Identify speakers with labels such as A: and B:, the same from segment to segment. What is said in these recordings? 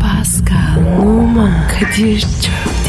A: Pascal, Oman, Kadir çok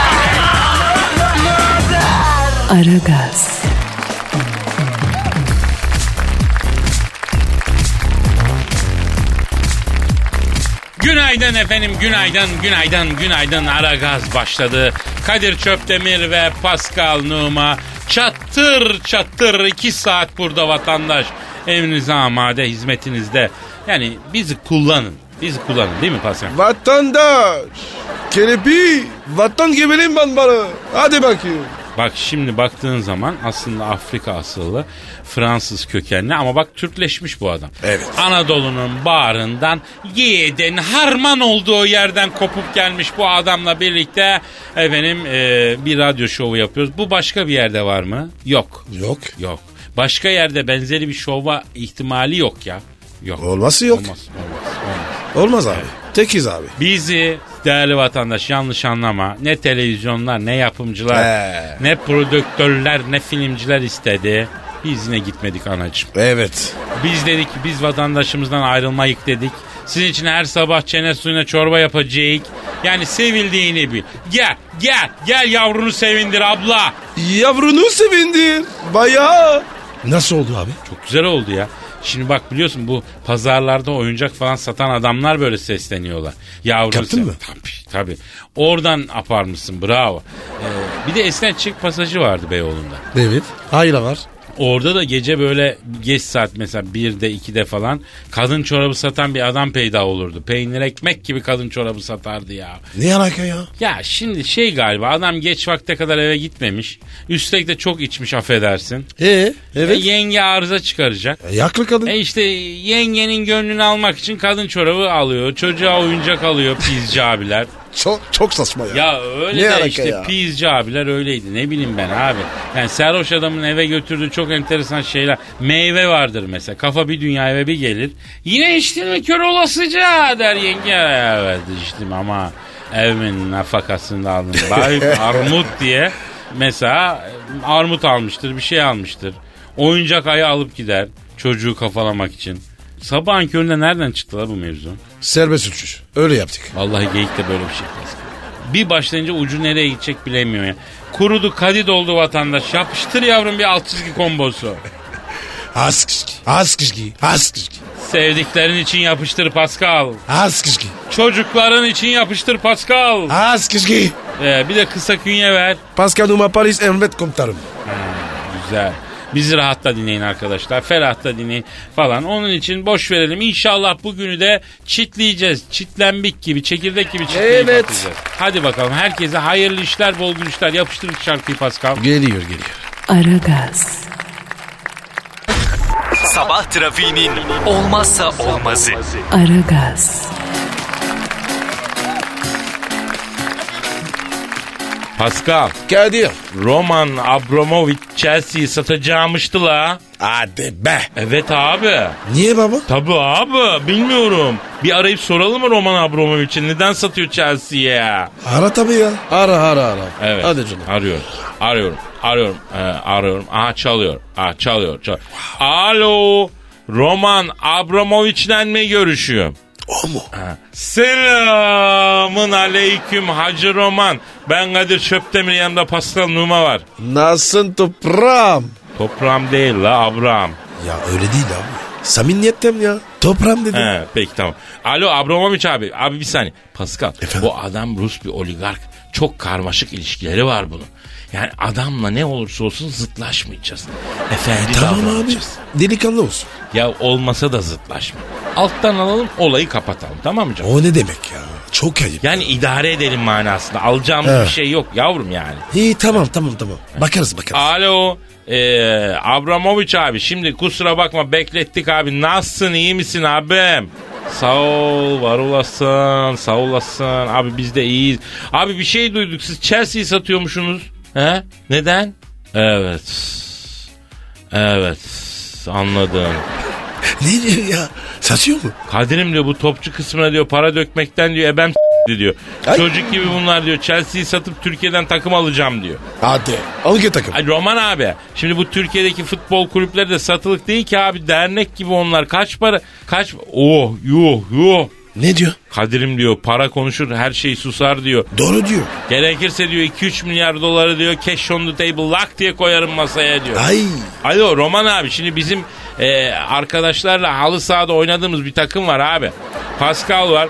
A: Aragaz,
B: Günaydın efendim, günaydın, günaydın, günaydın. Ara gaz başladı. Kadir Çöptemir ve Pascal Numa çattır çattır iki saat burada vatandaş. Evinize amade, hizmetinizde. Yani bizi kullanın, bizi kullanın değil mi Pascal?
C: Vatandaş. Kerepi. Vatan gebelim ben bana. Hadi bakayım.
B: Bak şimdi baktığın zaman aslında Afrika asıllı, Fransız kökenli ama bak Türkleşmiş bu adam.
D: Evet.
B: Anadolu'nun bağrından, yiğidin harman olduğu yerden kopup gelmiş bu adamla birlikte efendim e, bir radyo şovu yapıyoruz. Bu başka bir yerde var mı? Yok.
D: Yok.
B: Yok. Başka yerde benzeri bir şova ihtimali yok ya. Yok.
D: Olması yok.
B: Olmaz, olmaz, olmaz.
D: Olmaz abi. Tekiz abi.
B: Bizi değerli vatandaş yanlış anlama. Ne televizyonlar, ne yapımcılar,
D: He.
B: ne prodüktörler, ne filmciler istedi. Biz yine gitmedik anacığım.
D: Evet.
B: Biz dedik ki biz vatandaşımızdan ayrılmayık dedik. Sizin için her sabah çene suyuna çorba yapacağız. Yani sevildiğini bil. Gel, gel, gel yavrunu sevindir abla.
C: Yavrunu sevindir. Bayağı.
D: Nasıl oldu abi?
B: Çok güzel oldu ya. Şimdi bak biliyorsun bu pazarlarda oyuncak falan satan adamlar böyle sesleniyorlar. Yavrum
D: Yaptın
B: sen-
D: mı?
B: Tabii tabii. Oradan aparmışsın bravo. Ee, bir de esnet çık pasajı vardı Beyoğlu'nda.
D: Evet. Hayla var.
B: Orada da gece böyle geç saat mesela 1'de 2'de falan kadın çorabı satan bir adam peyda olurdu. Peynir ekmek gibi kadın çorabı satardı ya.
D: Ne alaka ya?
B: Ya şimdi şey galiba adam geç vakte kadar eve gitmemiş. Üstelik de çok içmiş affedersin.
D: Ee,
B: E, yenge arıza çıkaracak.
D: Yaklı kadın.
B: E işte yengenin gönlünü almak için kadın çorabı alıyor. Çocuğa oyuncak alıyor pizci abiler.
D: Çok çok saçma ya.
B: Ya öyle
D: Ne
B: de
D: alaka
B: işte
D: ya?
B: pizci abiler öyleydi. Ne bileyim ben abi. Yani sarhoş adamın eve götürdüğü çok enteresan şeyler. Meyve vardır mesela. Kafa bir dünya eve bir gelir. Yine içtin mi kör olasıca der yenge. Evet içtim ama evimin nafakasını da aldım. Bay armut diye mesela armut almıştır bir şey almıştır. Oyuncak ayı alıp gider çocuğu kafalamak için. Sabahın köründe nereden çıktı la bu mevzu?
D: Serbest uçuş. Öyle yaptık.
B: Vallahi geyik de böyle bir şey lazım. Bir başlayınca ucu nereye gidecek bilemiyor ya. Kurudu kadid oldu vatandaş. Yapıştır yavrum bir alt çizgi kombosu.
D: Az kışkı. Az kışkı. Az kışkı.
B: Sevdiklerin için yapıştır Pascal.
D: Az kışkı.
B: Çocukların için yapıştır Pascal.
D: Az kışkı.
B: Ee, bir de kısa künye ver.
C: Pascal Numa Paris Emret komutanım.
B: Güzel. Bizi rahatla dinleyin arkadaşlar. Ferahla dinleyin falan. Onun için boş verelim. İnşallah bugünü de çitleyeceğiz. Çitlenbik gibi, çekirdek gibi çitleyip
C: Evet.
B: atacağız. Hadi bakalım. Herkese hayırlı işler, bol gülüşler. Yapıştırın şarkıyı Pascal.
D: Geliyor geliyor.
A: Aragaz,
E: Sabah trafiğinin olmazsa olmazı.
A: Aragaz,
B: Pascal,
D: Kadir.
B: Roman Abramovich Chelsea'yi satacağımıştı la.
D: Hadi be.
B: Evet abi.
D: Niye baba?
B: Tabii abi. Bilmiyorum. Bir arayıp soralım mı Roman Abramovich'i neden satıyor Chelsea'ye?
D: Ara tabii ya.
C: Ara ara ara.
B: Evet.
C: Hadi canım.
B: Arıyorum. Arıyorum. Arıyorum. Ee, arıyorum. Aha çalıyor. Aha çalıyor. çalıyor. Alo. Roman Abramovich'le mi görüşüyorum?
D: O mu?
B: Selamın aleyküm Hacı Roman. Ben Kadir Çöptemir yanımda Pascal Numa var.
C: Nasılsın toprağım?
B: Toprağım değil la Abraham.
D: Ya öyle değil abi. Samimiyetten ya. Toprağım dedim.
B: He, peki tamam. Alo Abramovich abi. Abi bir saniye. Pascal
D: Efendim?
B: bu adam Rus bir oligark. Çok karmaşık ilişkileri var bunun. Yani adamla ne olursa olsun zıtlaşmayacağız. Efendi
D: E, Tamam abi.
B: davranacağız.
D: Delikanlı olsun.
B: Ya olmasa da zıtlaşma. Alttan alalım olayı kapatalım tamam mı canım?
D: O ne demek ya? Çok ayıp.
B: Yani idare edelim manasında. Alacağımız
D: Evet.
B: bir şey yok yavrum yani.
D: İyi tamam tamam tamam. Bakarız bakarız.
B: Alo. Ee, Abramovic abi şimdi kusura bakma beklettik abi. Nasılsın iyi misin abim? Sağ ol var olasın sağ olasın abi biz de iyiyiz. Abi bir şey duyduk siz Chelsea'yi satıyormuşsunuz. He? Neden? Evet. Evet anladım.
D: Ne diyor ya? Satıyor mu?
B: Kadir'im diyor bu topçu kısmına diyor para dökmekten diyor ebem diyor. Çocuk gibi bunlar diyor Chelsea'yi satıp Türkiye'den takım alacağım diyor.
D: Hadi. Hangi takım?
B: Ay Roman abi şimdi bu Türkiye'deki futbol kulüpleri de satılık değil ki abi dernek gibi onlar kaç para kaç oh yuh yuh
D: Ne diyor?
B: Kadir'im diyor para konuşur her şey susar diyor.
D: Doğru diyor.
B: Gerekirse diyor 2-3 milyar doları diyor cash on the table lak diye koyarım masaya diyor.
D: Ay.
B: Alo Roman abi şimdi bizim e, arkadaşlarla halı sahada oynadığımız bir takım var abi. Pascal var.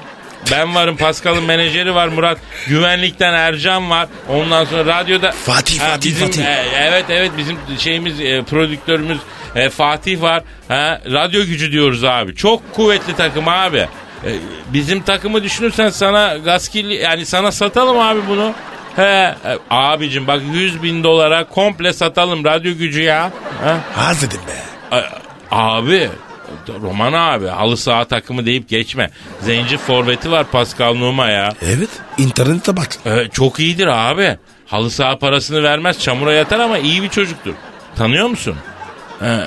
B: Ben varım. Pascal'ın menajeri var Murat. Güvenlikten Ercan var. Ondan sonra radyoda...
D: Fatih, Fatih,
B: bizim,
D: Fatih.
B: e, evet evet bizim şeyimiz e, prodüktörümüz e, Fatih var. Ha, radyo gücü diyoruz abi. Çok kuvvetli takım abi. E, bizim takımı düşünürsen sana Gaskil yani sana satalım abi bunu. He, e, abicim bak 100 bin dolara komple satalım radyo gücü ya. Ha?
D: Az dedim be.
B: A- Abi Roman abi halı saha takımı deyip geçme. Zenci forveti var Pascal Numa ya.
D: Evet. İnternete bak.
B: Ee, çok iyidir abi. Halı saha parasını vermez çamura yatar ama iyi bir çocuktur. Tanıyor musun? Ee,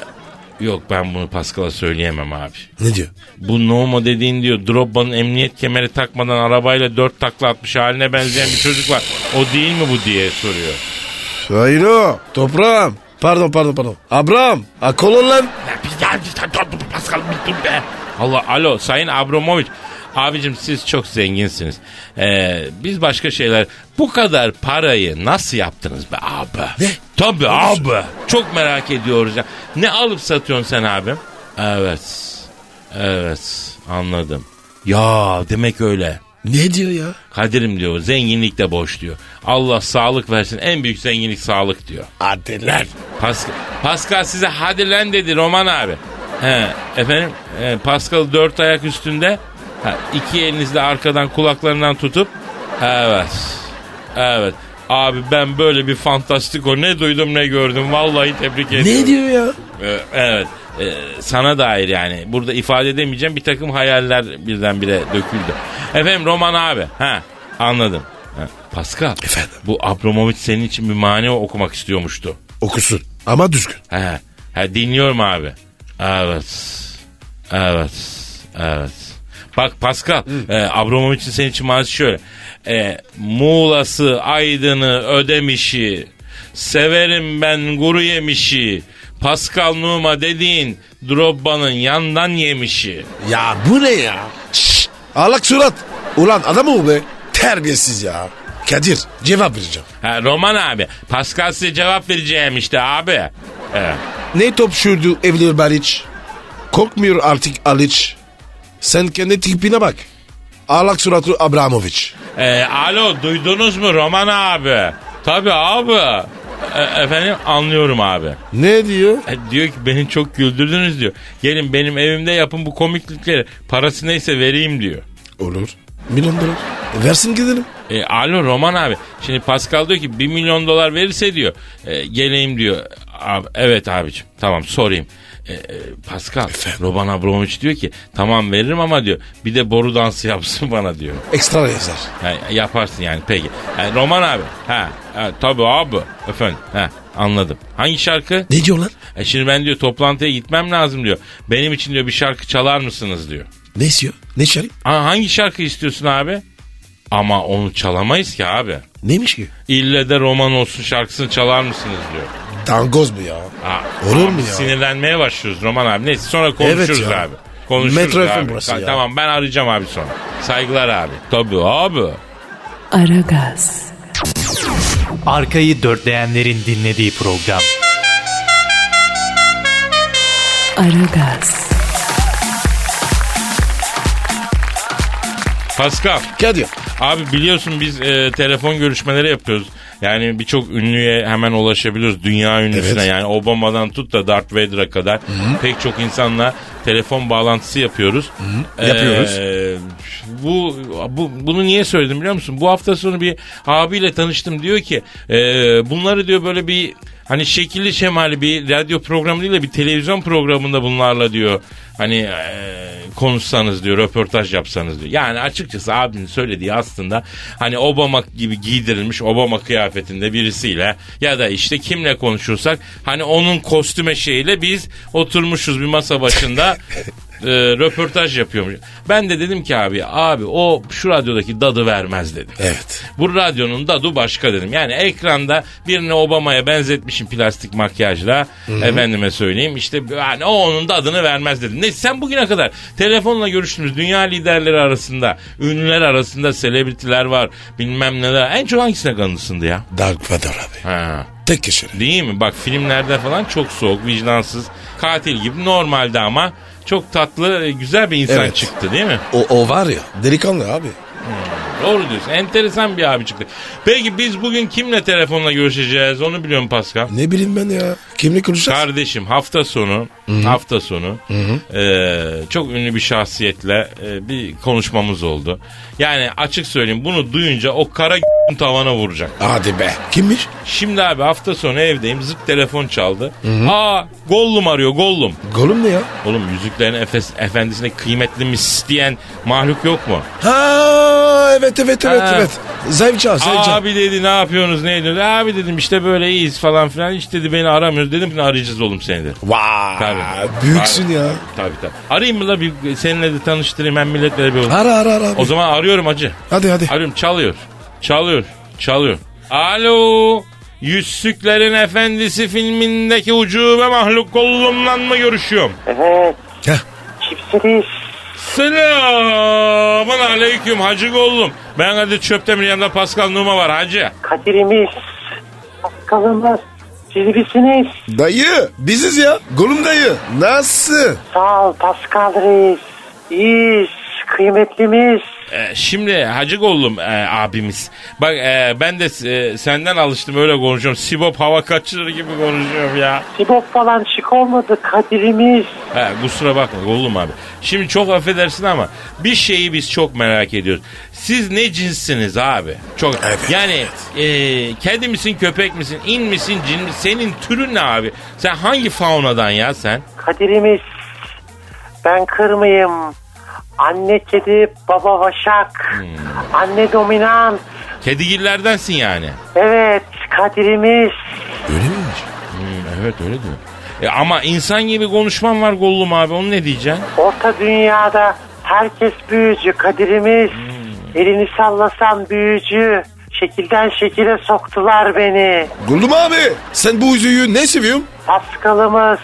B: yok ben bunu Pascal'a söyleyemem abi.
D: Ne diyor?
B: Bu Noma dediğin diyor Drogba'nın emniyet kemeri takmadan arabayla dört takla atmış haline benzeyen bir çocuk var. O değil mi bu diye soruyor.
F: Hayır o. Toprağım. Pardon pardon pardon. Abram. Akol ol lan.
B: Ya bir ya bir ya dur, dur, Pascal bir dur be. Allah alo Sayın Abramovic. Abicim siz çok zenginsiniz. Ee, biz başka şeyler... Bu kadar parayı nasıl yaptınız be abi?
D: Ne?
B: Tabii abi. Çok merak ediyoruz ya. Ne alıp satıyorsun sen abim? Evet. Evet anladım. Ya demek öyle.
D: Ne diyor ya?
B: Kadir'im diyor zenginlik de boş diyor. Allah sağlık versin en büyük zenginlik sağlık diyor.
D: Hadi lan.
B: Pascal, Pascal size hadi lan dedi Roman abi. He, efendim e, Pascal dört ayak üstünde ha, iki elinizle arkadan kulaklarından tutup evet evet abi ben böyle bir fantastiko ne duydum ne gördüm vallahi tebrik ediyorum.
D: Ne diyor ya?
B: E, evet E, sana dair yani burada ifade edemeyeceğim bir takım hayaller birdenbire döküldü. Efendim Roman abi ha anladım. Ha, Pascal
D: Efendim?
B: bu Abramovich senin için bir mani okumak istiyormuştu.
D: Okusun. Ama düzgün.
B: He, he dinliyorum abi. Evet. Evet. Evet. Bak Pascal, e, Abramovich'in senin için manası şöyle. E, Muğla'sı, Aydın'ı, Ödemiş'i, severim ben guru yemişi, Pascal Numa dediğin Drobba'nın yandan yemişi.
D: Ya bu ne ya? Şşş. Alak surat. Ulan adam o be. Terbiyesiz ya. Kadir cevap vereceğim.
B: Ha, Roman abi, Pascal size cevap vereceğim işte abi. Evet.
F: Ne top sürdü Evliya Baliç? Korkmuyor artık Aliç.
D: Sen kendi tipine bak. Alak suratlı Abramovic.
B: E, alo duydunuz mu Roman abi? Tabii abi. E, efendim anlıyorum abi.
F: Ne diyor?
B: E, diyor ki beni çok güldürdünüz diyor. Gelin benim evimde yapın bu komiklikleri. Parası neyse vereyim diyor.
D: Olur. Milyon dolar. Versin gidelim.
B: E, alo Roman abi. Şimdi Pascal diyor ki 1 milyon dolar verirse diyor. e, geleyim diyor. Abi, evet abicim tamam sorayım. E, e, Pascal Roman Abramovich diyor ki tamam veririm ama diyor bir de boru dansı yapsın bana diyor.
D: Ekstra yazar.
B: Ha, yaparsın yani peki. E, Roman abi. Ha, ha tabii abi. Efendim. Ha, anladım. Hangi şarkı?
D: Ne diyor lan?
B: E şimdi ben diyor toplantıya gitmem lazım diyor. Benim için diyor bir şarkı çalar mısınız diyor.
D: Ne istiyor? Ne şarip?
B: Aa, hangi şarkı istiyorsun abi? Ama onu çalamayız ki abi.
D: Neymiş ki?
B: İlle de roman olsun şarkısını çalar mısınız diyor.
D: Dangoz mu ya?
B: Aa,
D: Olur
B: abi
D: mu ya?
B: Sinirlenmeye başlıyoruz Roman abi. Neyse sonra konuşuruz
D: Evet ya.
B: abi. Konuşuruz
D: Metro FM
B: abi.
D: burası
B: Ta-
D: ya.
B: Tamam ben arayacağım abi sonra. Saygılar abi. Tabii abi.
A: Aragaz,
E: Arkayı dörtleyenlerin dinlediği program.
A: Aragaz,
B: Pascal
D: Kadir.
B: Abi biliyorsun biz e, telefon görüşmeleri yapıyoruz. Yani birçok ünlüye hemen ulaşabiliyoruz. Dünya ünlüsüne
D: Evet.
B: yani Obama'dan tut da Darth Vader'a kadar pek çok insanla telefon bağlantısı yapıyoruz.
D: Yapıyoruz.
B: Ee, bu, bu bunu niye söyledim biliyor musun? Bu hafta sonu bir abiyle tanıştım diyor ki e, bunları diyor böyle bir hani şekilli şemali bir radyo programı değil de bir televizyon programında bunlarla diyor hani e, konuşsanız diyor röportaj yapsanız diyor. Yani açıkçası abinin söylediği aslında hani Obama gibi giydirilmiş Obama kıyafetinde birisiyle ya da işte kimle konuşursak hani onun kostüme şeyiyle biz oturmuşuz bir masa başında e, röportaj yapıyormuş. Ben de dedim ki abi abi o şu radyodaki dadı vermez dedim.
D: Evet.
B: Bu radyonun dadı başka dedim. Yani ekranda birini Obama'ya benzetmişim plastik makyajla. Efendime söyleyeyim işte yani o onun dadını vermez dedim. Neyse sen bugüne kadar telefonla görüştüğümüz dünya liderleri arasında, ünlüler arasında selebritiler var bilmem neler. En çok hangisine kanısındı ya?
D: Dark Vader abi.
B: Ha.
D: Tek kişilik.
B: Değil mi? Bak filmlerde falan çok soğuk, vicdansız, katil gibi normalde ama çok tatlı, güzel bir insan
D: Evet.
B: çıktı değil mi?
D: O, o var ya delikanlı abi.
B: Doğru diyorsun. Enteresan bir abi çıktı. Peki biz bugün kimle telefonla görüşeceğiz? Onu biliyorum Pascal.
D: Ne bileyim ben ya. Kimle konuşacağız?
B: Kardeşim hafta sonu hafta sonu eee, çok ünlü bir şahsiyetle eee, bir konuşmamız oldu. Yani açık söyleyeyim bunu duyunca o kara tavana vuracak.
D: Hadi be. Kimmiş?
B: Şimdi abi hafta sonu evdeyim zıp telefon çaldı. Aa Gollum arıyor Gollum.
D: Golüm ne ya?
B: Oğlum yüzüklerin efes, efendisine kıymetli mi isteyen mahluk yok mu?
D: Ha evet evet evet
B: Ha.
D: evet. Zayıfça zayıfça.
B: Abi dedi ne yapıyorsunuz ne ediyorsunuz? Abi dedim işte böyle iyiyiz falan filan. Hiç dedi beni aramıyoruz. Dedim arayacağız oğlum seni dedi.
D: Vay.
B: Tabii.
D: Büyüksün
B: Tabii.
D: ya.
B: Tabii tabii. Arayayım mı la bir seninle de tanıştırayım hem milletlere bir olur.
D: Ara ara ara. abi.
B: O zaman arıyorum acı.
D: Hadi hadi.
B: Arıyorum çalıyor. Çalıyor. Çalıyor. Alo. Yüzsüklerin Efendisi filmindeki ucube mahluk kollumla mı görüşüyorum?
G: Evet,
D: Heh.
G: kimsiniz?
B: Selamun aleyküm hacı kollum. Ben Kadir Çöptemir yanında Pascal Numa var hacı.
G: Kadirimiz, Paskal'ımız, Silvisiniz.
D: Dayı biziz ya. Golüm dayı. Nasıl?
G: Sağ ol Paskal Reis. İyiyiz, kıymetlimiz.
B: Ee, şimdi Hacı Gollum e, abimiz. Bak e, ben de e, senden alıştım öyle konuşuyorum. Sibop hava kaçırır gibi konuşuyorum ya.
G: Sibop falan şık olmadı Kadirimiz.
B: He, kusura bakma Gollum abi. Şimdi çok affedersin ama bir şeyi biz çok merak ediyoruz. Siz ne cinssiniz abi? Çok
D: Evet,
B: yani e, kedi misin köpek misin in misin cin misin senin türün ne abi? Sen hangi faunadan ya sen?
G: Kadirimiz, ben kırmayım. Anne kedi, baba vaşak. Anne dominant.
B: Kedigillerdensin yani.
G: Evet, Kadirimiz.
D: Öyle miymiş?
B: Hmm, evet öyle diyor. E, ama insan gibi konuşman var Gollum abi onu ne diyeceksin?
G: Orta dünyada herkes büyücü Kadirimiz. Elini sallasan büyücü. Şekilden şekile soktular beni.
D: Golüm abi. Sen bu yüzüğü ne seviyorsun?
G: Paskalımız.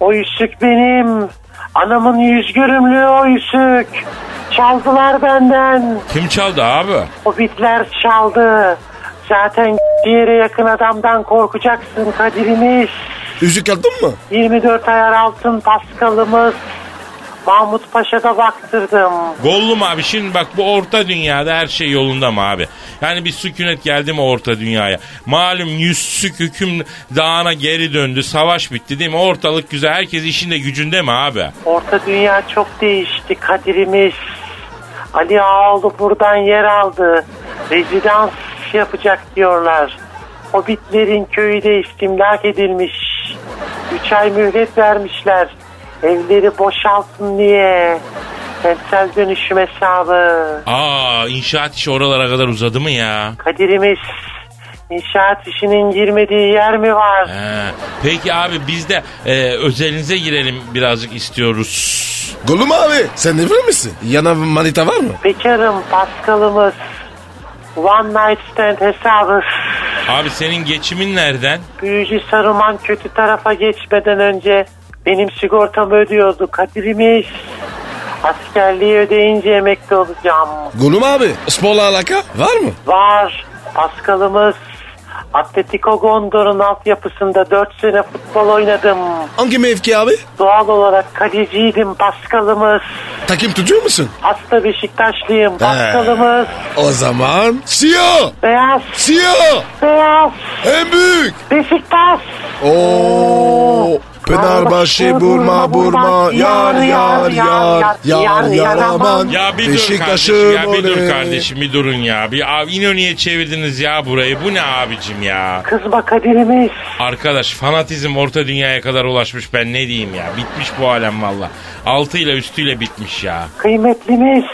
G: O yüzük benim. Anamın yüz görümlüğü o yüzük. Çaldılar benden.
B: Kim çaldı abi?
G: O bitler çaldı. Zaten yere yakın adamdan korkacaksın Kadirimiz.
D: Yüzük aldın mı?
G: 24 ayar altın Paskalımız. Mahmut Paşa'da baktırdım.
B: Gollum abi şimdi bak bu orta dünyada her şey yolunda mı abi? Yani bir sükunet geldi mi orta dünyaya? Malum yüzsük hüküm dağına geri döndü. Savaş bitti değil mi? Ortalık güzel. Herkes işinde gücünde mi abi?
G: Orta dünya çok değişti Kadir'imiz. Ali Ağaoğlu buradan yer aldı. Rezidans yapacak diyorlar. Hobbitlerin köyü de istimlak edilmiş. Üç ay mühlet vermişler. Evleri boşalsın diye. Kentsel dönüşüm hesabı.
B: Aa inşaat işi oralara kadar uzadı mı ya?
G: Kadir'imiz inşaat işinin girmediği yer mi var?
B: He. Peki abi biz de e, özelinize girelim birazcık istiyoruz.
D: Golüm abi. Sen evli misin? Yana manita var mı?
G: Bekarım Paskal'ımız. One night stand hesabı.
B: Abi senin geçimin nereden?
G: Büyücü Saruman kötü tarafa geçmeden önce benim sigortamı ödüyordu Kadir'imiz. Askerliği ödeyince emekli olacağım.
D: Golüm abi. Sporla alaka var mı?
G: Var Paskal'ımız. Atletico Gondor'un altyapısında 4 sene futbol oynadım.
D: Hangi mevki abi?
G: Doğal olarak kaleciydim Paskal'ımız.
D: Takım tutuyor musun?
G: Hasta Beşiktaşlıyım Paskal'ımız.
D: O zaman CEO!
G: Beyaz,
D: CEO!
G: beyaz,
D: En büyük!
G: Beşiktaş.
D: Oo! Fenerbahçe burma burma yar yar yar yar yar aman
B: Ya bir dur kardeşim ya bir dur kardeşim bir durun ya. Bir abi İnönü'ye çevirdiniz ya burayı. Bu ne abicim ya?
G: Kızma Kadir'imiz.
B: Arkadaş fanatizm orta dünyaya kadar ulaşmış ben ne diyeyim ya. Bitmiş bu alem valla. Altıyla üstüyle bitmiş ya.
G: Kıymetlimiz.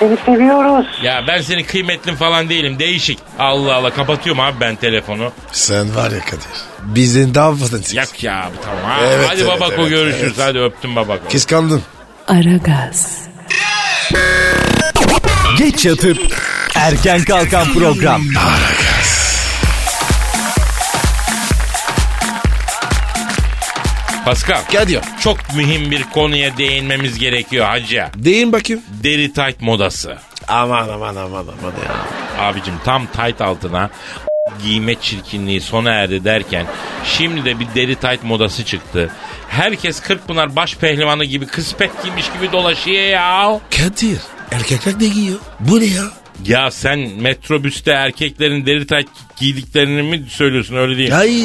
G: Seni seviyoruz.
B: Ya ben senin kıymetli falan değilim değişik. Allah Allah kapatıyorum abi ben telefonu.
D: Sen var ya Kadir. Bizden daha fazlasın.
B: Yak ya abi tamam. Ha,
D: Evet,
B: hadi
D: evet,
B: babako
D: evet,
B: görüşürüz
D: evet.
B: hadi öptüm babako.
D: Kıskandın.
A: Aragaz,
E: Geç yatıp erken kalkan program.
B: Pascal
D: Kadir.
B: çok mühim bir konuya değinmemiz gerekiyor hacı.
D: Deyin bakayım.
B: Deri tight modası.
D: Aman aman aman aman ya.
B: Abicim tam tight altına giyme çirkinliği sona erdi derken şimdi de bir deri tight modası çıktı. Herkes Kırkpınar baş pehlivanı gibi kıspet giymiş gibi dolaşıyor ya.
D: Kadir. Erkekler ne giyiyor? Bu ne ya?
B: Ya sen metrobüste erkeklerin deri tight giydiklerini mi söylüyorsun öyle değil mi?
D: Ay.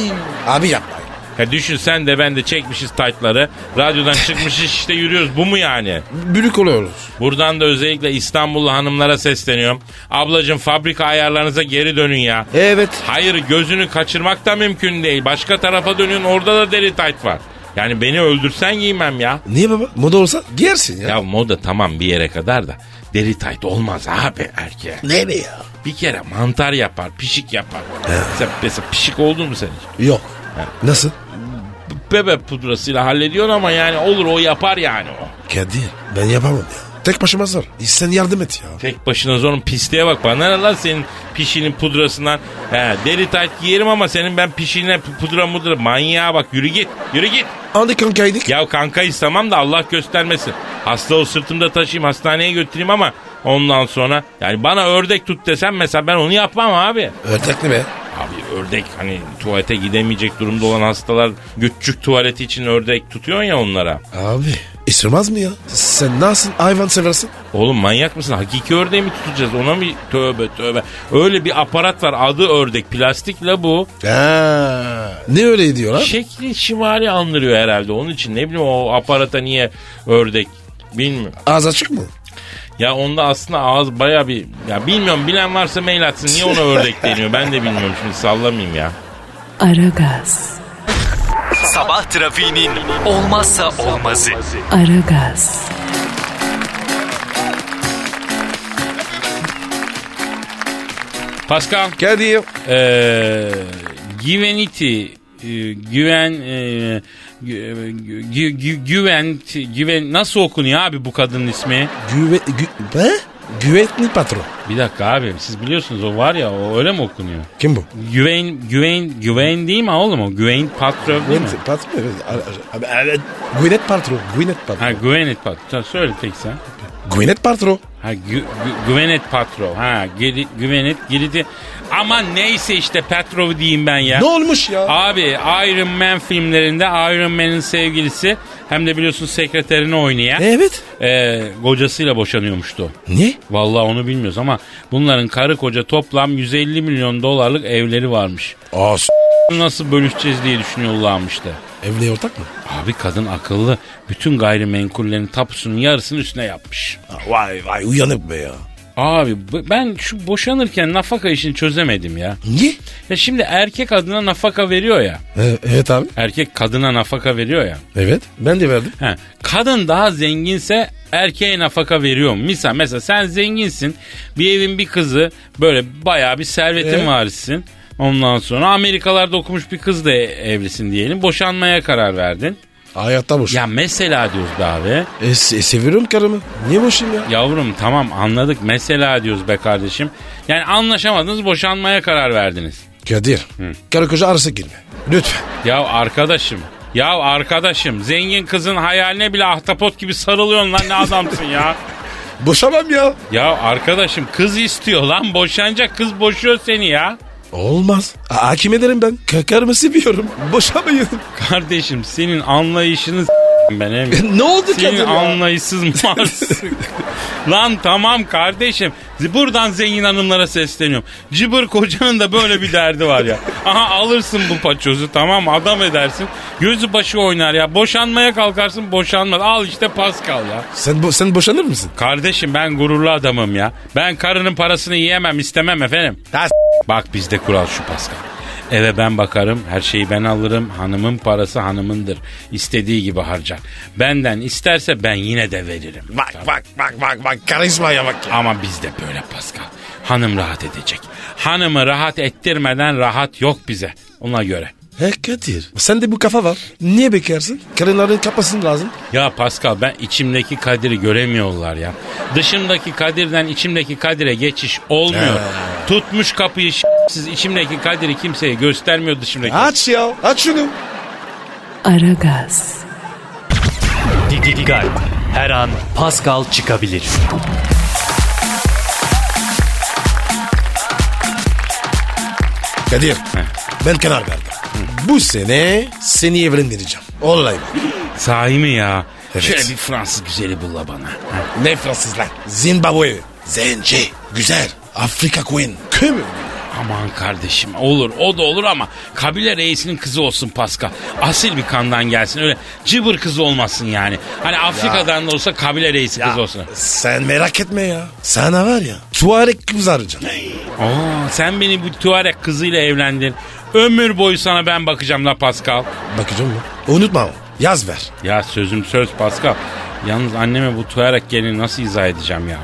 D: Abi yapma.
B: Ya düşün sen de ben de çekmişiz taytları. Radyodan çıkmışız işte yürüyoruz. Bu mu yani?
D: Bülük oluyoruz.
B: Buradan da özellikle İstanbullu hanımlara sesleniyorum. Ablacığım fabrika ayarlarınıza geri dönün ya.
D: Evet.
B: Hayır gözünü kaçırmak da mümkün değil. Başka tarafa dönüyorsun orada da deri tayt var. Yani beni öldürsen giymem ya.
D: Niye baba? Moda olsa giyersin ya.
B: Ya moda tamam bir yere kadar da deri tayt olmaz abi erkeğe.
D: Ne be ya?
B: Bir kere mantar yapar, pişik yapar. Sen mesela pişik oldu mu senin?
D: Yok. Nasıl?
B: Bebe pudrasıyla hallediyor ama yani olur o yapar yani o.
D: Kadir ben yapamam ya. Tek başıma zor. Sen yardım et ya.
B: Tek başına zorun pisliğe bak bana ne lan senin pişinin pudrasından. He, deri tayt giyerim ama senin ben pişine pu- pudra mudra manyağa bak yürü git yürü git.
D: Hadi kankaydık.
B: Ya kanka istemem da Allah göstermesin. Hasta o sırtımda taşıyayım hastaneye götüreyim ama ondan sonra yani bana ördek tut desem mesela ben onu yapmam abi.
D: Ördek ne be?
B: Abi ördek hani tuvalete gidemeyecek durumda olan hastalar güççük tuvaleti için ördek tutuyorsun ya onlara.
D: Abi ısırmaz mı ya? Sen nasıl hayvan seversin?
B: Oğlum manyak mısın? Hakiki ördeği mi tutacağız? Ona mı? Tövbe tövbe. Öyle bir aparat var adı ördek. Plastik la bu.
D: Ha. Ne öyle diyorlar?
B: Şekli şimali andırıyor herhalde. Onun için ne bileyim o aparata niye ördek bilmiyorum.
D: Ağız açık mı?
B: Ya onda aslında ağız baya bir... Ya bilmiyorum bilen varsa mail atsın. Niye ona ördek deniyor? Ben de bilmiyorum şimdi sallamayayım ya.
A: Aragaz,
E: Sabah trafiğinin olmazsa olmazı.
A: Aragaz,
B: Pascal.
H: Kadir.
B: Eee... Givenity e, güven e, gü- gü- gü- güven güven nasıl okunuyor abi bu kadının ismi?
D: Güve, gü, he? Güvenli patron.
B: Bir dakika abi siz biliyorsunuz o var ya o öyle mi okunuyor?
D: Kim bu?
B: Güven güven güven değil mi oğlum o? Güven patron değil mi?
D: Gwyneth patron. Evet. A- a- a- a- Gwyneth patron. Gwyneth patron.
B: Ha Güvenet patron. Söyle tek sen.
D: Gwyneth patron.
B: Ha gü, gü, Güvenet patron. Ha geri, Güvenet girdi. Ama neyse işte Petrov diyeyim ben ya.
D: Ne olmuş ya?
B: Abi Iron Man filmlerinde Iron Man'in sevgilisi hem de biliyorsun sekreterini oynayan
D: Evet.
B: eee, kocasıyla boşanıyormuştu.
D: Ne?
B: Vallahi onu bilmiyoruz ama bunların karı koca toplam 150 milyon dolarlık evleri varmış.
D: Aa s-
B: Nasıl bölüşeceğiz diye düşünüyorlarmış da.
D: Evli ortak mı?
B: Abi kadın akıllı bütün gayrimenkullerin tapusunun yarısını üstüne yapmış.
D: Aa, Vay vay uyanık be ya.
B: Abi b- ben şu boşanırken nafaka işini çözemedim ya.
D: Niye?
B: Ya şimdi erkek adına nafaka veriyor ya.
D: E- evet abi.
B: Erkek kadına nafaka veriyor ya.
D: Evet. Ben de verdim.
B: He, kadın daha zenginse erkeğe nafaka veriyor mu? Misal mesela sen zenginsin. Bir evin bir kızı böyle bayağı bir servetin
D: Ee?
B: varisisin. Ondan sonra Amerikalarda okumuş bir kızla evlisin diyelim. Boşanmaya karar verdin.
D: Hayatta boş.
B: Ya mesela diyoruz da abi.
D: E, se- seviyorum karımı. Niye boşayım ya?
B: Yavrum tamam anladık mesela diyoruz be kardeşim. Yani anlaşamadınız boşanmaya karar verdiniz.
D: Kadir. Karı koca arası girme. Lütfen.
B: Ya arkadaşım ya arkadaşım zengin kızın hayaline bile ahtapot gibi sarılıyorsun lan ne adamsın ya.
D: Boşamam ya.
B: Ya arkadaşım kız istiyor lan boşanacak kız boşuyor seni ya.
C: Olmaz. Ha- Hakim ederim ben. Kakarımı seviyorum. Boşamayın.
B: Kardeşim senin anlayışını s- ben emin.
D: E,
C: ne oldu kadın
B: Senin
C: ya?
B: anlayışsız Mars. Lan tamam kardeşim. Buradan zengin hanımlara sesleniyorum. Cıbır kocanın da böyle bir derdi var ya. Aha alırsın bu paçozu tamam mı? adam edersin. Gözü başı oynar ya. Boşanmaya kalkarsın boşanmaz. Al işte Pascal ya.
C: sen, bo- sen boşanır mısın?
B: Kardeşim ben gururlu adamım ya. Ben karının parasını yiyemem istemem efendim.
C: Ha,
B: Bak bizde kural şu Pascal. Eve ben bakarım, her şeyi ben alırım. Hanımın parası hanımındır. İstediği gibi harcar. Benden isterse ben yine de veririm.
D: Bak bak bak bak bak karizmaya bak ya.
B: Ama bizde böyle Pascal. Hanım rahat edecek. Hanımı rahat ettirmeden rahat yok bize. Ona göre.
C: He Kadir. Sende bu kafa var. Niye bekarsın? Karınların kafasını lazım.
B: Ya Pascal ben içimdeki Kadir'i göremiyorlar ya. Dışımdaki Kadir'den içimdeki Kadir'e geçiş olmuyor. Tutmuş kapıyı siz içimdeki Kadir'i kimseye göstermiyor dışımdaki.
C: Aç ya. Aç şunu.
A: Aragaz,
E: Didi Gal. Her an Pascal çıkabilir.
D: Kadir ben karar verdim. Bu sene seni evlendireceğim. Olay bak.
B: Sahi mi ya?
D: Evet.
B: Şöyle bir Fransız güzeli bulla bana. Ha.
D: Ne Fransız lan? Zimbabwe. Zenci. Güzel. Afrika Queen. Kömür.
B: Aman kardeşim olur o da olur ama kabile reisinin kızı olsun Pascal. Asil bir kandan gelsin öyle cıbır kızı olmasın yani. Hani Afrika'dan da olsa kabile reisi kızı olsun.
D: Sen merak etme ya. Sana var ya. Tuareg kız arayacağım.
B: Aa, sen beni bu tuarek kızıyla evlendir. Ömür boyu sana ben bakacağım la Pascal.
D: Bakacağım mı? Unutma ama. Yaz ver.
B: Ya sözüm söz Pascal. Yalnız anneme bu tuarek gelini nasıl izah edeceğim ya?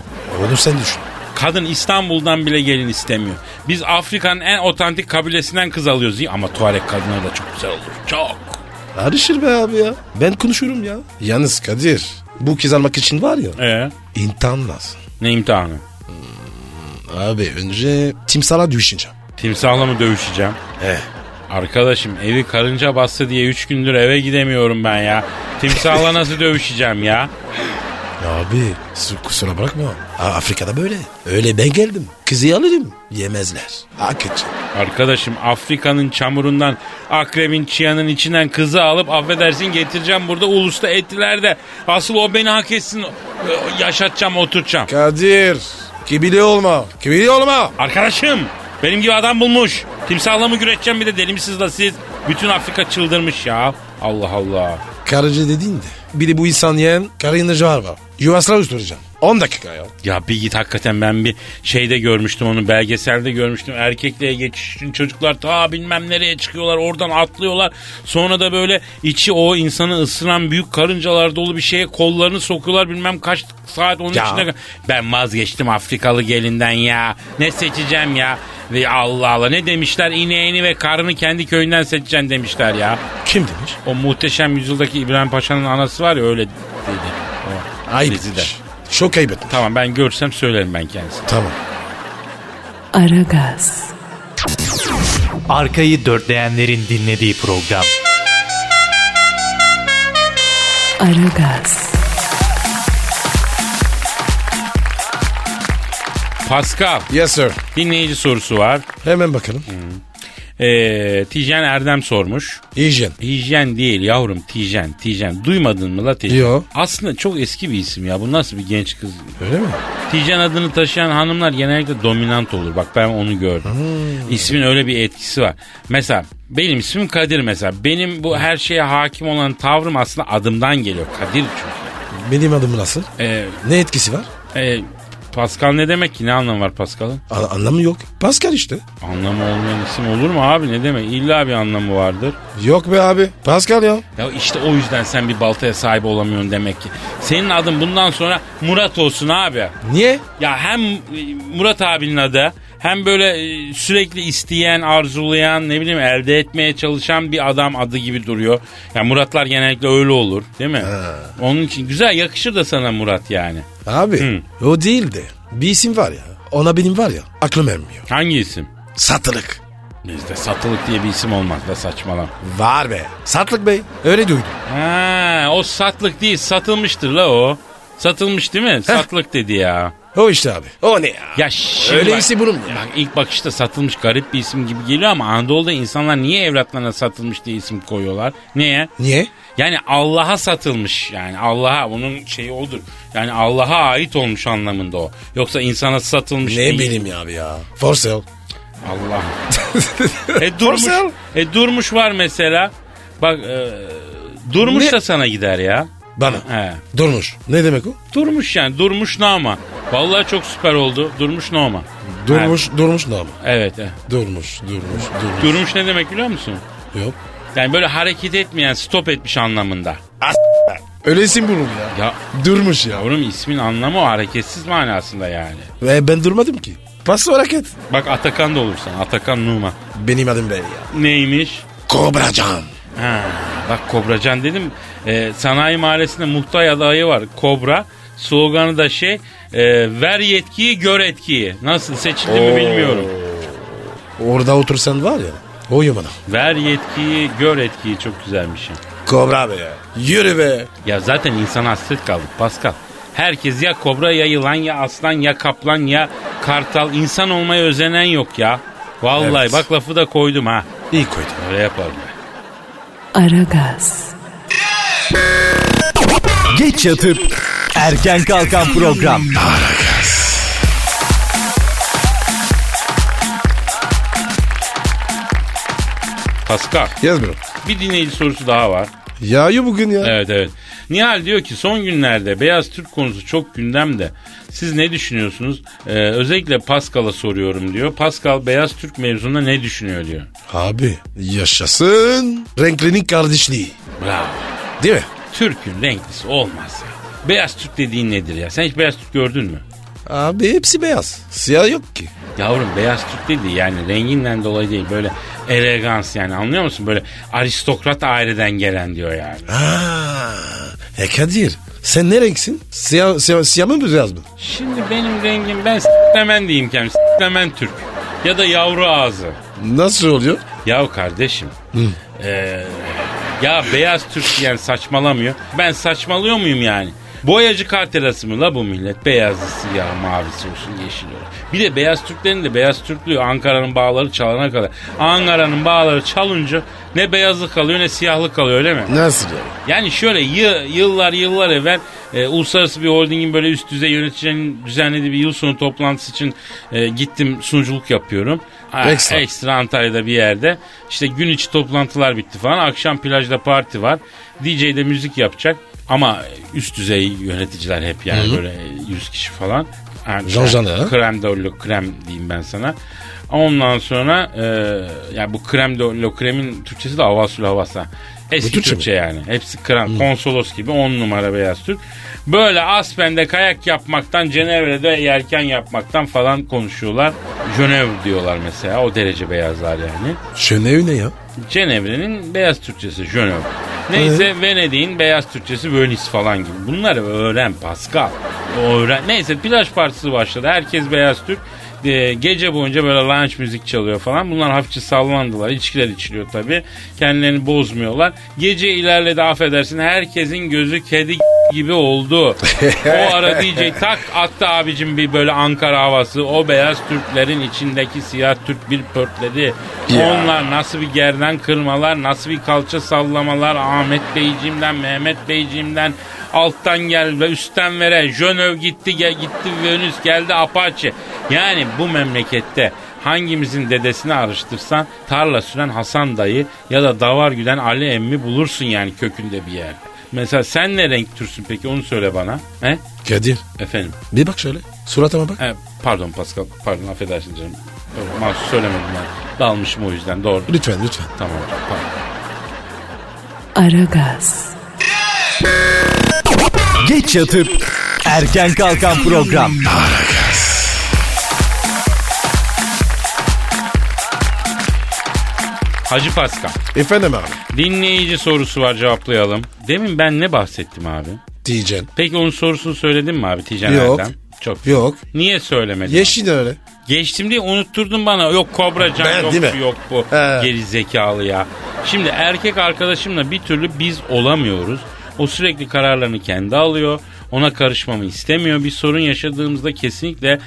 D: Onu sen düşün.
B: Kadın İstanbul'dan bile gelin istemiyor. Biz Afrika'nın en otantik kabilesinden kız alıyoruz. İyi Ama tuarek kadınları da çok güzel olur. Çok.
C: Arışır be abi ya. Ben konuşurum ya.
D: Yalnız Kadir. Bu kız almak için var ya.
B: Ee,
D: İntan lazım.
B: ne imtihanı?
D: Abi önce timsala düşeceğim.
B: Timsahla mı dövüşeceğim? Arkadaşım evi karınca bastı diye 3 gündür eve gidemiyorum ben ya. Timsahla nasıl dövüşeceğim ya?
D: Abi su- kusura bakma. A- Afrika'da böyle. Öyle ben geldim. Kızı alırım. Yemezler. Hak edeceğim.
B: Arkadaşım Afrika'nın çamurundan akrebin çiyanın içinden kızı alıp affedersin getireceğim burada ulusta ettilerde. Asıl o beni hak etsin ö- yaşatacağım oturacağım.
D: Kadir. Kibili olma. Kibili olma.
B: Arkadaşım benim gibi adam bulmuş. Timsahla mı güreşeceğim bir de deli misiniz la siz? Bütün Afrika çıldırmış ya. Allah Allah.
D: Karıcı dedin de. Bir de bu insan yiyen karınca var var. Yuvasına uçturacağım. 10 dakika ya.
B: Ya bir git hakikaten ben bir şeyde görmüştüm onu belgeselde görmüştüm. Erkekliğe geçiş için çocuklar ta bilmem nereye çıkıyorlar oradan atlıyorlar. Sonra da böyle içi o insanı ısıran büyük karıncalar dolu bir şeye kollarını sokuyorlar bilmem kaç saat onun
D: Ya.
B: içinde. Ben vazgeçtim Afrikalı gelinden ya. Ne seçeceğim ya? Ve Allah Allah ne demişler ineğini ve karını kendi köyünden seçeceksin demişler ya.
D: Kim demiş?
B: O muhteşem yüzyıldaki İbrahim Paşa'nın anası var ya öyle dedi. O
D: Ayıp
B: dizide.
D: etmiş. Çok ayıp etmiş.
B: Tamam ben görsem söylerim ben kendisine.
D: Tamam.
A: Aragaz,
E: Arkayı dörtleyenlerin dinlediği program.
A: Aragaz,
B: Pascal
D: Yes sir.
B: dinleyici sorusu var.
D: Hemen bakalım.
B: Ee, Tijen Erdem sormuş.
D: Hijyen.
B: Hijyen değil yavrum Tijen. Tijen. Duymadın mı la Tijen?
D: Yo.
B: Aslında çok eski bir isim ya. Bu nasıl bir genç kız?
D: Öyle mi?
B: Tijen adını taşıyan hanımlar genellikle dominant olur. Bak ben onu gördüm. İsmin öyle bir etkisi var. Mesela benim ismim Kadir mesela. Benim bu her şeye hakim olan tavrım aslında adımdan geliyor. Kadir çünkü.
D: Benim adım nasıl?
B: Ee,
D: Ne etkisi var?
B: e, Pascal ne demek ki? Ne anlamı var Pascal'ın?
D: A- anlamı yok. Pascal işte.
B: Anlamı olmayan isim olur mu abi? Ne demek? İlla bir anlamı vardır.
D: Yok be abi. Pascal ya.
B: Ya işte o yüzden sen bir baltaya sahip olamıyorsun demek ki. Senin adın bundan sonra Murat olsun abi.
D: Niye?
B: Ya hem e, Murat abinin adı hem böyle e, sürekli isteyen, arzulayan, ne bileyim elde etmeye çalışan bir adam adı gibi duruyor. Ya Muratlar genellikle öyle olur değil mi? Onun için güzel yakışır da sana Murat yani.
D: Abi o değil de bir isim var ya ona benim var ya aklım ermiyor.
B: Hangi isim?
D: Satılık.
B: Bizde satılık diye bir isim olmaz da saçmalama.
D: Var be. Satılık bey. Öyle duydum.
B: Ha, o satlık değil satılmıştır la o. Satılmış değil mi? Satlık dedi ya.
D: O işte abi. O ne ya?
B: Ya şimdi
D: Öyle
B: bak-
D: iyisi bunun ya.
B: Bak ilk bakışta satılmış garip bir isim gibi geliyor ama Anadolu'da insanlar niye evlatlarına satılmış diye isim koyuyorlar? Niye?
D: Niye?
B: Yani Allah'a satılmış yani Allah'a onun şeyi odur. Yani Allah'a ait olmuş anlamında o. Yoksa insana satılmış
D: Ne
B: değil.
D: bileyim ya abi ya. For sale.
B: Allah. e durmuş.
D: Marcel.
B: e durmuş var mesela. Bak e, durmuş
D: Ne?
B: da sana gider ya.
D: Bana.
B: He.
D: Durmuş. Ne demek o?
B: Durmuş yani durmuş ama. Vallahi çok süper oldu. Durmuş ama.
D: Durmuş, durmuş ne ama?
B: Evet. e.
D: Durmuş, durmuş, durmuş.
B: Durmuş ne demek biliyor musun?
D: Yok.
B: Yani böyle hareket etmeyen, stop etmiş anlamında.
D: Öyle isim bulun ya.
B: Ya
D: Durmuş ya.
B: yavrum ismin anlamı o hareketsiz manasında yani.
D: Ve ben durmadım ki. Paslı hareket.
B: Bak Atakan da olursan. Atakan Numa.
D: Benim adım ben ya.
B: Neymiş?
D: Kobracan.
B: Ha, bak Kobracan dedim. Ee, sanayi mahallesinde muhtay adayı var. Kobra. Sloganı da şey e, ver yetkiyi gör etkiyi. Nasıl seçildi mi bilmiyorum.
D: Orada otursan var ya. Oyun bana.
B: Ver yetkiyi gör etkiyi çok güzelmiş. ya.
D: Kobra be ya. Yürü be.
B: Ya zaten insana hasret kaldık Pascal. Herkes ya kobra ya yılan ya aslan ya kaplan ya kartal insan olmaya özenen yok ya. Vallahi
D: Evet.
B: bak lafı da koydum ha.
D: İyi koydun.
B: Öyle yaparım.
A: Aragaz,
E: Geç yatıp erken kalkan program.
B: Pascal
C: Yaz bro.
B: bir dinleyici sorusu daha var.
C: Yağıyor bugün ya.
B: Evet evet. Nihal diyor ki son günlerde Beyaz Türk konusu çok gündemde. Siz ne düşünüyorsunuz? Ee, özellikle Pascal'a soruyorum diyor. Pascal Beyaz Türk mevzunda ne düşünüyor diyor.
D: Abi yaşasın renklinin kardeşliği.
B: Bravo.
D: Değil mi?
B: Türk'ün renklisi olmaz ya. Beyaz Türk dediğin nedir ya? Sen hiç Beyaz Türk gördün mü?
D: Abi hepsi beyaz. Siyah yok ki.
B: Yavrum beyaz Türk dedi yani renginden dolayı değil böyle elegans yani anlıyor musun? Böyle aristokrat aileden gelen diyor yani.
D: Aa, e Kadir sen ne renksin? Siyah, siyah, siyah mı beyaz mı?
B: Şimdi benim rengim ben s**lemen diyeyim kendim s**lemen Türk ya da yavru ağzı.
D: Nasıl oluyor?
B: Ya kardeşim ee, ya beyaz Türk diyen saçmalamıyor ben saçmalıyor muyum yani? Boyacı kartelası mı la bu millet? Beyazı, siyahı, mavisi olsun, yeşili olsun. Bir de beyaz Türklerin de beyaz Türklüğü Ankara'nın bağları çalana kadar. Ankara'nın bağları çalınca ne beyazlık kalıyor ne siyahlık kalıyor öyle mi?
D: Nasıl yani?
B: Yani şöyle yı- yıllar yıllar evvel e, uluslararası bir holdingin böyle üst düzey yöneticilerinin düzenlediği bir yıl sonu toplantısı için e, gittim sunuculuk yapıyorum. Ha,
D: Ekstra.
B: ekstra Antalya'da bir yerde. İşte gün içi toplantılar bitti falan. Akşam plajda parti var. DJ de müzik yapacak. Ama üst düzey yöneticiler hep yani böyle 100 kişi falan. Yani
D: Jean Jean'ı, ha?
B: Krem de lo krem diyeyim ben sana. Ondan sonra e, ya bu krem de lo kremin Türkçesi de havasul havasa. Eski
D: Bu Türkçe
B: Türkçe,
D: mi? Hmm.
B: yani. Hepsi krem. Konsolos gibi on numara beyaz Türk. Böyle Aspen'de kayak yapmaktan, Cenevre'de yelken yapmaktan falan konuşuyorlar. Jönev diyorlar mesela. O derece beyazlar yani.
D: Şönev ne ya?
B: Cenevre'nin beyaz Türkçesi Jönev. Neyse Venedik'in beyaz Türkçesi Venice falan gibi. Bunları öğren Pascal. Öğren. Neyse plaj partisi başladı. Herkes beyaz Türk. Ee, gece boyunca böyle lounge müzik çalıyor falan. Bunlar hafifçe sallandılar. İçkiler içiliyor tabii. Kendilerini bozmuyorlar. Gece ilerledi affedersin. Herkesin gözü kedi gibi oldu. o ara DJ tak attı abicim bir böyle Ankara havası. O beyaz Türklerin içindeki siyah Türk bir pörtledi. Onlar nasıl bir gerden kırmalar, nasıl bir kalça sallamalar. Ahmet Beyciğimden, Mehmet Beyciğimden alttan gel ve üstten vere. Jönöv gitti, gel, gitti Venüs geldi Apache. Yani bu memlekette hangimizin dedesini araştırsan tarla süren Hasan dayı ya da davar güden Ali emmi bulursun yani kökünde bir yerde. Mesela sen ne renk türsün peki onu söyle bana. He?
D: Kadir
B: Efendim.
D: bir bak şöyle. Suratıma bak.
B: He, pardon Pascal. Pardon affedersin canım. Doğru, Mahsus söylemedim ben. Dalmışım o yüzden doğru.
D: Lütfen lütfen.
B: Tamam. Pardon.
A: Aragaz,
E: Geç yatıp erken kalkan program.
B: Hacı Pascal.
D: Efendim abi.
B: Dinleyici sorusu var cevaplayalım. Demin ben ne bahsettim abi?
D: Diyeceksin.
B: Peki onun sorusunu söyledin mi abi Tijan
D: Yok.
B: Erdem? Çok.
D: Yok.
B: Niye söylemedin?
D: Yeşil de öyle.
B: Geçtim diye unutturdun bana. Yok Kobra Can
D: Ben,
B: yok
D: değil
B: bu
D: mi?
B: yok bu.
D: He.
B: Geri zekalı ya. Şimdi erkek arkadaşımla bir türlü biz olamıyoruz. O sürekli kararlarını kendi alıyor. Ona karışmamı istemiyor. Bir sorun yaşadığımızda kesinlikle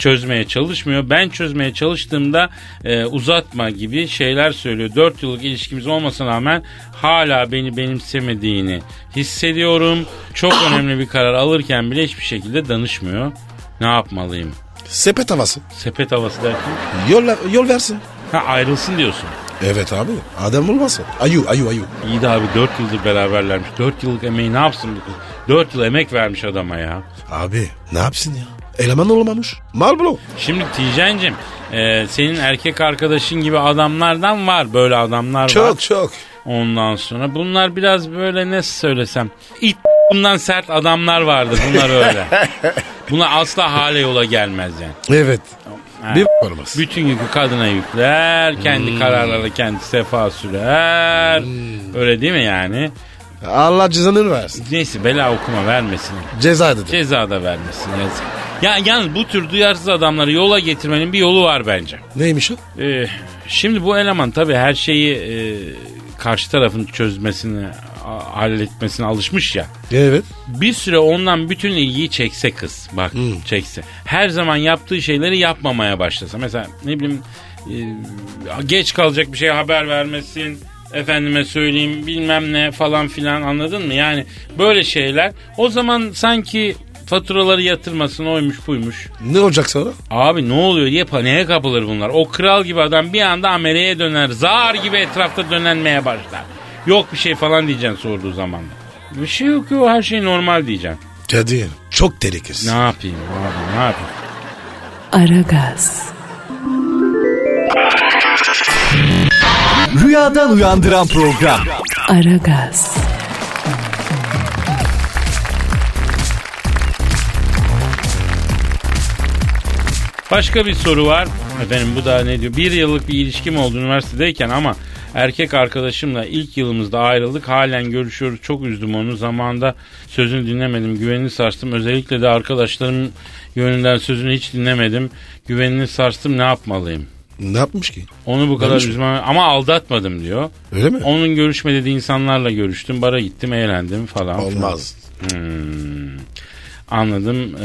B: çözmeye çalışmıyor. Ben çözmeye çalıştığımda e, uzatma gibi şeyler söylüyor. 4 yıllık ilişkimiz olmasına rağmen hala beni benimsemediğini hissediyorum. Çok önemli bir karar alırken bile hiçbir şekilde danışmıyor. Ne yapmalıyım?
D: Sepet havası.
B: Sepet havası derken
D: Yol, yol versin.
B: ha, ayrılsın diyorsun.
D: Evet abi. Adam olmasın. Ayu ayu ayu.
B: İyi de abi 4 yıldır beraberlermiş. 4 yıllık emeği ne yapsın bu kız? 4 yıl emek vermiş adama ya.
D: Abi ne yapsın ya? Eleman olmamış. Mal bu.
B: Şimdi Tijen'cim e, senin erkek arkadaşın gibi adamlardan var. Böyle adamlar var.
C: Çok çok.
B: Ondan sonra bunlar biraz böyle nasıl söylesem it bundan sert adamlar vardı. Bunlar öyle. Bunlar asla hale yola gelmez yani.
D: Evet.
B: Ha.
D: Bir olmaz.
B: Bütün yükü kadına yükler. Kendi kararları kendi sefa sürer. Öyle değil mi yani?
D: Allah cezanı versin. Şey-
B: Neyse bela okuma vermesin.
D: Ceza dedi.
B: Ceza da vermesin yazık. Ya yalnız bu tür duyarsız adamları yola getirmenin bir yolu var bence.
D: Neymiş o?
B: Ee, şimdi bu eleman tabii her şeyi e, karşı tarafın çözmesini, a- halletmesine alışmış ya.
D: Evet.
B: Bir süre ondan bütün ilgiyi çekse kız. Bak çekse. Her zaman yaptığı şeyleri yapmamaya başlasa. Mesela ne bileyim e, geç kalacak bir şey haber vermesin. Efendime söyleyeyim bilmem ne falan filan anladın mı? Yani böyle şeyler. O zaman sanki faturaları yatırmasın oymuş buymuş.
D: Ne olacak sonra?
B: Abi ne oluyor diye paniğe kapılır bunlar. O kral gibi adam bir anda ameleye döner. Zar gibi etrafta dönenmeye başlar. Yok bir şey falan diyeceksin sorduğu zaman da. Bir şey yok yok her şey normal diyeceksin.
D: Kadir çok tehlikesiz.
B: Ne yapayım abi ne yapayım?
A: Aragaz,
E: Rüyadan uyandıran program.
A: Aragaz,
B: Başka bir soru var. Efendim bu da ne diyor? Bir yıllık bir ilişkim oldu üniversitedeyken ama erkek arkadaşımla ilk yılımızda ayrıldık. Halen görüşüyoruz. Çok üzdüm onu. Zamanında sözünü dinlemedim. Güvenini sarstım. Özellikle de arkadaşlarım yönünden sözünü hiç dinlemedim. Güvenini sarstım. Ne yapmalıyım?
D: Ne yapmış ki?
B: Onu bu kadar
D: Demiş mi?
B: üzmem ama aldatmadım diyor.
D: Öyle mi?
B: Onun görüşme dediği insanlarla görüştüm. Bara gittim eğlendim falan. filan.
D: Olmaz.
B: Hmm. Anladım. Ee,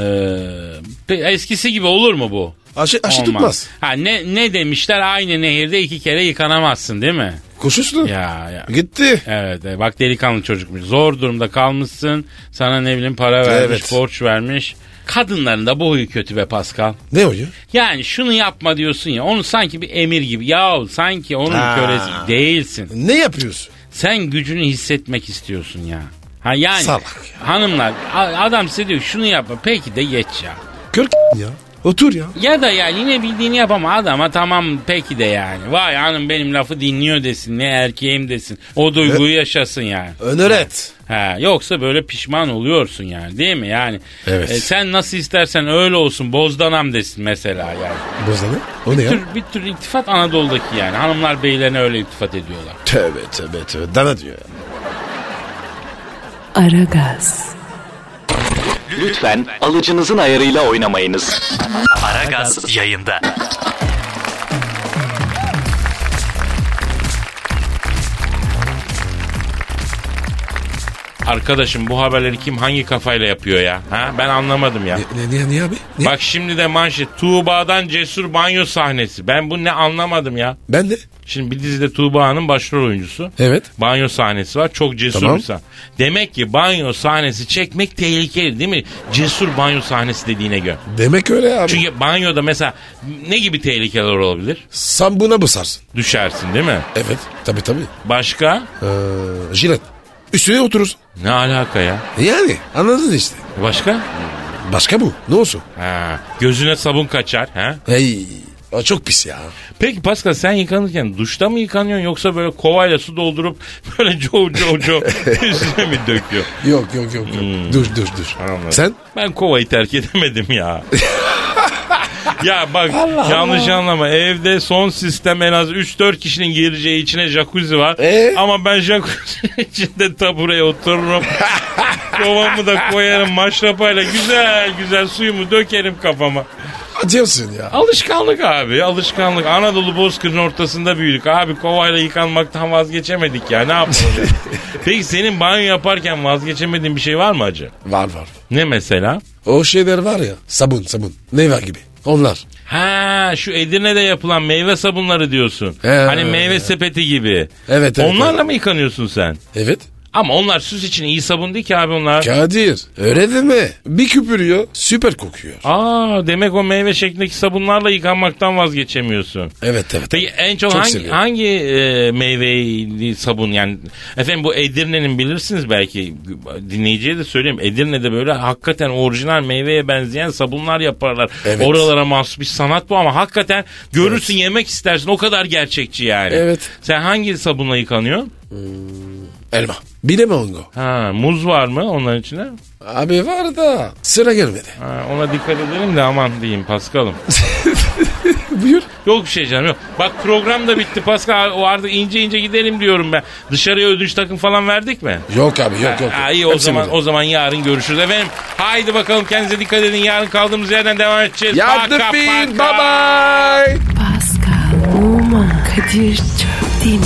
B: pe- eskisi gibi olur mu bu?
D: Aşı, aşı
B: Olmaz.
D: tutmaz.
B: Ha ne ne demişler aynı nehirde iki kere yıkanamazsın değil mi?
D: Koşuştu.
B: Ya ya.
D: Gitti.
B: Evet e, bak delikanlı çocukmuş. Zor durumda kalmışsın. Sana ne bileyim para vermiş,
D: Evet.
B: borç vermiş. Kadınların da bu huyu kötü be Pascal.
D: Ne oluyor?
B: Yani şunu yapma diyorsun ya. Onu sanki bir emir gibi. Yahu sanki onun
D: Ha.
B: kölesi değilsin.
D: Ne yapıyorsun?
B: Sen gücünü hissetmek istiyorsun ya. Ha yani
D: Salak
B: hanımlar a- adam size diyor şunu yapma peki de geç ya.
D: Kırk ya. Otur ya.
B: Ya da ya yine bildiğini yap ama adama tamam peki de yani. Vay hanım benim lafı dinliyor desin ne erkeğim desin. O duyguyu yaşasın yani.
D: Öner et.
B: Ha, yoksa böyle pişman oluyorsun yani değil mi yani? e,
D: Evet.
B: sen nasıl istersen öyle olsun bozdanam desin mesela yani.
D: Bozanı. O ne
B: Bir
D: ya?
B: tür, bir tür iltifat Anadolu'daki yani. Hanımlar beylerine öyle iltifat ediyorlar.
D: Tövbe tövbe tövbe. Dana diyor. ya.
A: Aragaz,
I: Lütfen alıcınızın ayarıyla oynamayınız.
E: Aragaz yayında.
J: Arkadaşım bu haberleri kim hangi kafayla yapıyor ya? Ha? Ben anlamadım ya.
D: Ne, ne, niye, niye abi? Niye?
J: Bak şimdi de manşet Tuğba'dan cesur banyo sahnesi. Ben bunu ne anlamadım ya.
D: Ben de.
J: Şimdi bir dizide Tuğba'nın başrol oyuncusu.
D: Evet.
J: Banyo sahnesi var. Çok cesur
D: E- Tamam.
J: bir sahne. Demek ki banyo sahnesi çekmek tehlikeli değil mi? Cesur banyo sahnesi dediğine göre.
D: Demek öyle abi.
J: Çünkü banyoda mesela ne gibi tehlikeler olabilir?
D: Sen buna basarsın.
J: Düşersin değil mi?
D: Evet. Tabii tabii.
J: Başka?
D: Ee, jilet. Üstüne oturursun.
J: Ne alaka ya?
D: Yani anladın işte.
J: Başka?
D: Başka bu. Ne olsun?
J: Ha, gözüne sabun kaçar. Ha?
D: Hey. O çok pis ya.
J: Peki Pascal sen yıkanırken duşta mı yıkanıyorsun yoksa böyle kovayla su doldurup böyle co co co üstüne mi döküyor?
D: Yok yok yok. yok. Dur dur dur.
J: Anladım.
D: Sen?
J: Ben kovayı terk edemedim ya. ya bak yanlış anlama evde son sistem en az 3-4 kişinin gireceği içine jacuzzi var.
D: Ee?
J: Ama ben jacuzzi içinde tabureye otururum. Kovamı da koyarım maşrapayla güzel güzel suyumu dökerim kafama.
K: Acıyorsun ya.
B: Alışkanlık abi alışkanlık. Anadolu Bozkır'ın ortasında büyüdük. Abi kovayla yıkanmaktan vazgeçemedik ya ne yapalım ya? Peki senin banyo yaparken vazgeçemediğin bir şey var mı acı?
D: Var var.
B: Ne mesela?
D: O şeyler var ya sabun sabun. Ne var gibi. Onlar.
B: Ha şu Edirne'de yapılan meyve sabunları diyorsun.
D: He.
B: hani meyve sepeti gibi.
D: Evet, evet,
B: Onlarla
D: evet.
B: mı yıkanıyorsun sen?
D: Evet.
B: Ama onlar süs için iyi sabun değil ki abi onlar.
D: Kadir öyle deme. Bir küpürüyor süper kokuyor.
B: Aa demek o meyve şeklindeki sabunlarla yıkanmaktan vazgeçemiyorsun.
D: Evet evet.
B: Peki e- en çok,
D: Çok
B: hangi,
D: seviyorum.
B: hangi e, meyveli sabun yani efendim bu Edirne'nin bilirsiniz belki dinleyiciye de söyleyeyim Edirne'de böyle hakikaten orijinal meyveye benzeyen sabunlar yaparlar.
D: Evet.
B: Oralara mahsus bir sanat bu ama hakikaten görürsün yemek istersin o kadar gerçekçi yani.
D: Evet.
B: Sen hangi sabunla yıkanıyor?
D: Elma. Bir de mango.
B: Ha muz var mı onların içine?
D: Abi var da sıra gelmedi.
B: Ha, ona dikkat edelim de aman diyeyim Paskal'ım.
D: Buyur.
B: Yok bir şey canım yok. Bak program da bitti Pascal. O artık ince ince gidelim diyorum ben. Dışarıya ödünç takım falan verdik mi?
D: Yok abi yok yok.
B: Ha, iyi o
D: Hepsi
B: zaman
D: burada.
B: o zaman yarın görüşürüz efendim. Haydi bakalım kendinize dikkat edin. Yarın kaldığımız yerden devam edeceğiz.
K: Yardım
B: Paka,
K: bye
B: paka.
K: bye.
A: Pascal, Oman, Kadir çok değil mi?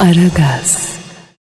A: Aragaz.